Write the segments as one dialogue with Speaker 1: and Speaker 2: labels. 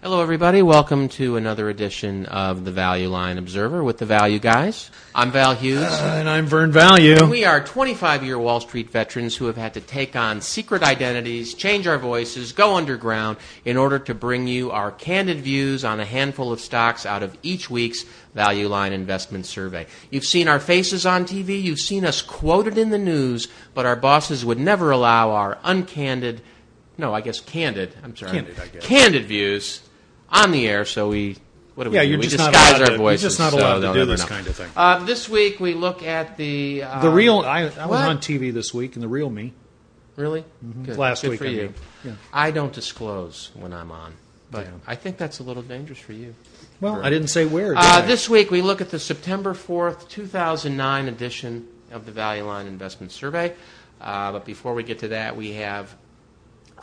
Speaker 1: Hello, everybody. Welcome to another edition of the Value Line Observer with the Value Guys. I'm Val Hughes.
Speaker 2: Uh, And I'm Vern Value.
Speaker 1: We are 25 year Wall Street veterans who have had to take on secret identities, change our voices, go underground in order to bring you our candid views on a handful of stocks out of each week's Value Line Investment Survey. You've seen our faces on TV, you've seen us quoted in the news, but our bosses would never allow our uncandid, no, I guess candid, I'm sorry.
Speaker 2: Candid, I guess.
Speaker 1: Candid views on the air, so we. What do we
Speaker 2: Yeah,
Speaker 1: do?
Speaker 2: you're
Speaker 1: we
Speaker 2: just not
Speaker 1: disguise
Speaker 2: allowed
Speaker 1: our
Speaker 2: to- you're
Speaker 1: voices.
Speaker 2: just not
Speaker 1: so
Speaker 2: allowed to
Speaker 1: they'll
Speaker 2: do
Speaker 1: never
Speaker 2: this
Speaker 1: know.
Speaker 2: kind of thing.
Speaker 1: Uh, this week we look at the uh,
Speaker 2: The real, I, I was
Speaker 1: what?
Speaker 2: on TV this week, and the real me.
Speaker 1: Really? Good.
Speaker 2: Mm-hmm. Last
Speaker 1: Good
Speaker 2: week,
Speaker 1: for
Speaker 2: I
Speaker 1: you.
Speaker 2: mean. Yeah.
Speaker 1: I don't disclose when I'm on, but
Speaker 2: Yeah.
Speaker 1: I think that's a little dangerous for you.
Speaker 2: Well, I didn't say where. did
Speaker 1: Uh,
Speaker 2: I?
Speaker 1: this week we look at the September 4th, 2009 edition of the Value Line Investment Survey. Uh, but before we get to that, we have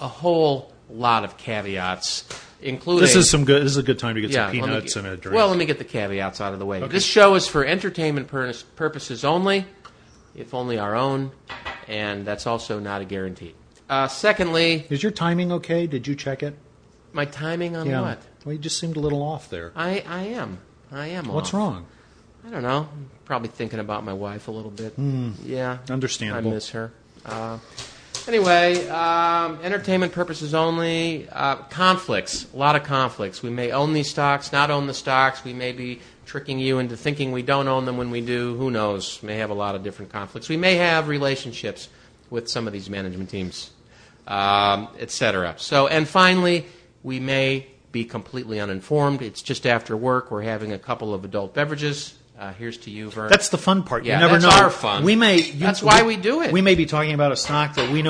Speaker 1: a whole lot of caveats, including
Speaker 2: This is some good. This is a good time to get some
Speaker 1: let me
Speaker 2: peanuts
Speaker 1: get-
Speaker 2: and a drink.
Speaker 1: Well, let me get the caveats out of the way. This show is for entertainment pur- purposes only, if only our own, and that's also not a guarantee. Uh, secondly,
Speaker 2: is your timing okay? Did you check it?
Speaker 1: my timing on what?
Speaker 2: Well, you just seemed a little off there.
Speaker 1: I, I am. I am.
Speaker 2: What's
Speaker 1: off.
Speaker 2: wrong?
Speaker 1: I don't know. I'm probably thinking about my wife a little bit. Yeah.
Speaker 2: Hmm. Understandable.
Speaker 1: I miss her. Uh, anyway, um, entertainment purposes only. Uh, conflicts. A lot of conflicts. We may own these stocks, not own the stocks. We may be tricking you into thinking we don't own them when we do. Who knows? May have a lot of different conflicts. We may have relationships with some of these management teams, um, etc. So, and finally, we may be completely uninformed. It's just after work. We're having a couple of adult beverages. Uh, here's to you, Vern.
Speaker 2: That's the fun part.
Speaker 1: Yeah,
Speaker 2: you never
Speaker 1: that's
Speaker 2: know.
Speaker 1: our fun.
Speaker 2: We may. You,
Speaker 1: That's why we do it.
Speaker 2: We may be talking about a stock that we know